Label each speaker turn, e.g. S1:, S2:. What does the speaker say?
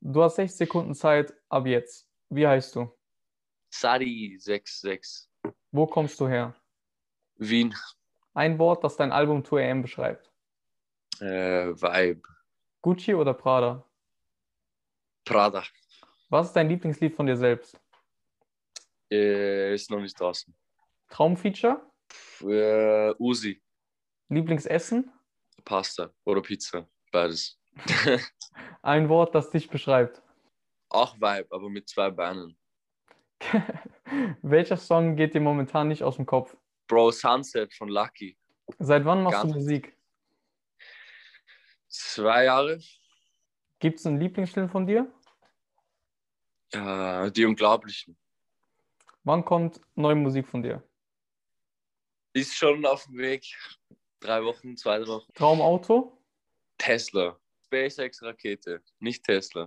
S1: Du hast 6 Sekunden Zeit ab jetzt. Wie heißt du?
S2: Sadi66.
S1: Wo kommst du her?
S2: Wien.
S1: Ein Wort, das dein Album 2AM beschreibt.
S2: Äh, Vibe.
S1: Gucci oder Prada?
S2: Prada.
S1: Was ist dein Lieblingslied von dir selbst?
S2: Äh, ist noch nicht draußen.
S1: Traumfeature?
S2: Pff, Äh, Uzi.
S1: Lieblingsessen?
S2: Pasta oder Pizza. Beides.
S1: Ein Wort, das dich beschreibt.
S2: Auch Vibe, aber mit zwei Beinen.
S1: Welcher Song geht dir momentan nicht aus dem Kopf?
S2: Bro, Sunset von Lucky.
S1: Seit wann machst
S2: Gar
S1: du
S2: nicht.
S1: Musik?
S2: Zwei Jahre.
S1: Gibt es einen Lieblingsfilm von dir?
S2: Äh, die Unglaublichen.
S1: Wann kommt neue Musik von dir?
S2: Ist schon auf dem Weg. Drei Wochen, zwei Wochen.
S1: Traumauto?
S2: Tesla. SpaceX-Rakete. Nicht Tesla.